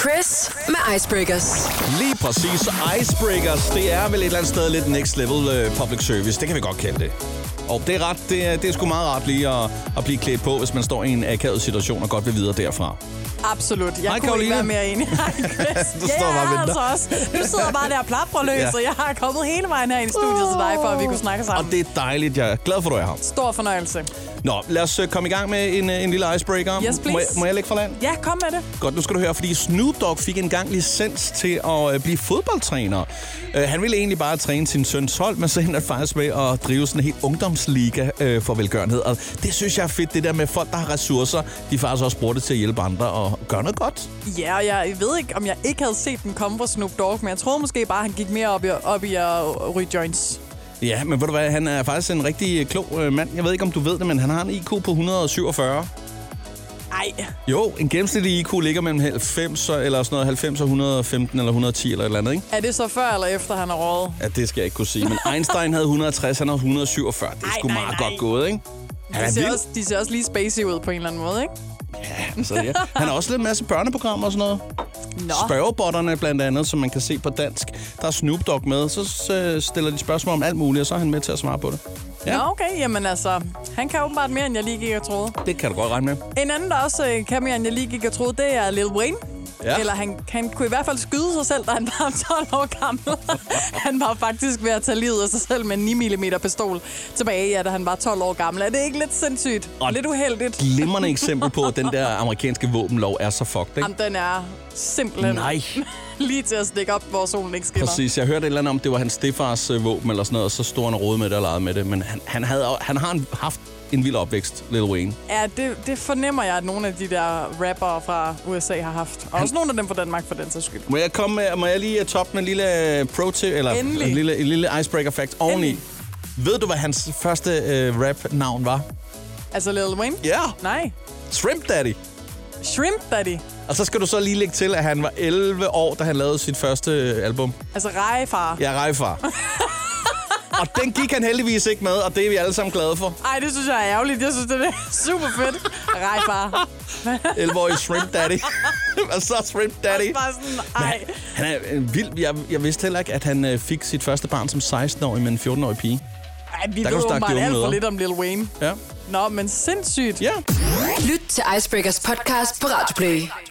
Chris med Icebreakers. Lige præcis. Icebreakers, det er vel et eller andet sted lidt next level øh, public service. Det kan vi godt kende det. Og det er, ret, det, er, det er sgu meget rart lige at, at blive klædt på, hvis man står i en akavet situation og godt vil videre derfra. Absolut. Jeg Hej, Hej, kunne Karoline. ikke være mere enig. Hej, Chris. Du står bare og ja, venter. altså også. Du sidder bare der og plapper løs, Ja. ja. og jeg har kommet hele vejen her ind i studiet til dig, for at vi kunne snakke Og sammen. Det... det er dejligt. Jeg er glad for, at du er her. Stor fornøjelse. Nå, lad os øh, komme i gang med en, øh, en lille icebreaker. Yes, please. må, jeg, må jeg lægge for land? Ja, kom med det. Godt, nu skal du høre, fordi Snoop Dogg fik engang licens til at øh, blive fodboldtræner. Øh, han ville egentlig bare træne sin søns hold, men så endte han faktisk med at drive sådan en helt ungdomsliga øh, for velgørenhed. Og det synes jeg er fedt, det der med folk, der har ressourcer, de faktisk også bruger det til at hjælpe andre og gøre noget godt. Ja, og jeg ved ikke, om jeg ikke havde set den komme fra Snoop Dogg, men jeg troede måske bare, han gik mere op i, op i at ryge joints. Ja, men ved du hvad, han er faktisk en rigtig øh, klog øh, mand. Jeg ved ikke, om du ved det, men han har en IQ på 147. Ej, Jo, en gennemsnitlig IQ ligger mellem 90 og- eller sådan noget, 90 og 115 eller 110 eller et eller andet, ikke? er det så før eller efter, han har røget? Ja, det skal jeg ikke kunne sige, men Einstein havde 160, han havde 147. Det er Ej, sgu nej, meget nej. godt gået, ikke? Han De er ser, vild. også, de ser også lige spacey ud på en eller anden måde, ikke? Altså, ja. Han har også lidt en masse børneprogrammer og sådan noget. Nå, Spørgebotterne blandt andet, som man kan se på dansk. Der er Snoop Dogg med, så øh, stiller de spørgsmål om alt muligt, og så er han med til at svare på det. Ja, Nå okay, jamen altså, han kan åbenbart mere, end jeg lige gik og troede. det kan du godt regne med. En anden, der også øh, kan mere, end jeg lige gik og troede, det er Lil Wayne. Ja. Ja. Eller han, han kunne i hvert fald skyde sig selv, da han var 12 år gammel. han var faktisk ved at tage livet af sig selv med en 9 mm pistol tilbage, ja, da han var 12 år gammel. Er det ikke lidt sindssygt? Og Og lidt uheldigt? Glimrende eksempel på, at den der amerikanske våbenlov er så fucked, ikke? Jamen, den er simpelthen Nej. lige til at stikke op, hvor solen ikke skinner. Præcis, jeg hørte et eller andet om, det var hans stefars øh, våben eller sådan noget, og så stod han og rode med det og legede med det. Men han, han, havde, han har en, haft en vild opvækst, Lil Wayne. Ja, det, det fornemmer jeg, at nogle af de der rappere fra USA har haft. Og også nogle af dem fra Danmark, for den sags skyld. Må jeg, komme med, må jeg lige øh, toppe med en lille øh, pro tip, eller Endelig. en lille, en lille icebreaker fact oveni? Endelig. Ved du, hvad hans første øh, rap-navn var? Altså Lil Wayne? Ja, Nej. Shrimp Daddy. Shrimp Daddy. Og så skal du så lige lægge til, at han var 11 år, da han lavede sit første øh, album. Altså rejefar. Jeg er rejfar. og den gik han heldigvis ikke med, og det er vi alle sammen glade for. Ej, det synes jeg er ærgerligt. Jeg synes, det er super fedt. Rej, far. 11-årig Shrimp Daddy. og så Shrimp Daddy. Bare sådan, Nej. ej. Han er øh, vild. Jeg, jeg vidste heller ikke, at han øh, fik sit første barn som 16-årig med en 14-årig pige. Ej, vi Der kan ved du snakke åbenbart de unge alt for mødre. lidt om Lil Wayne. Ja. Nå, men sindssygt. Ja. Lyt til Icebreakers podcast på Radio Play.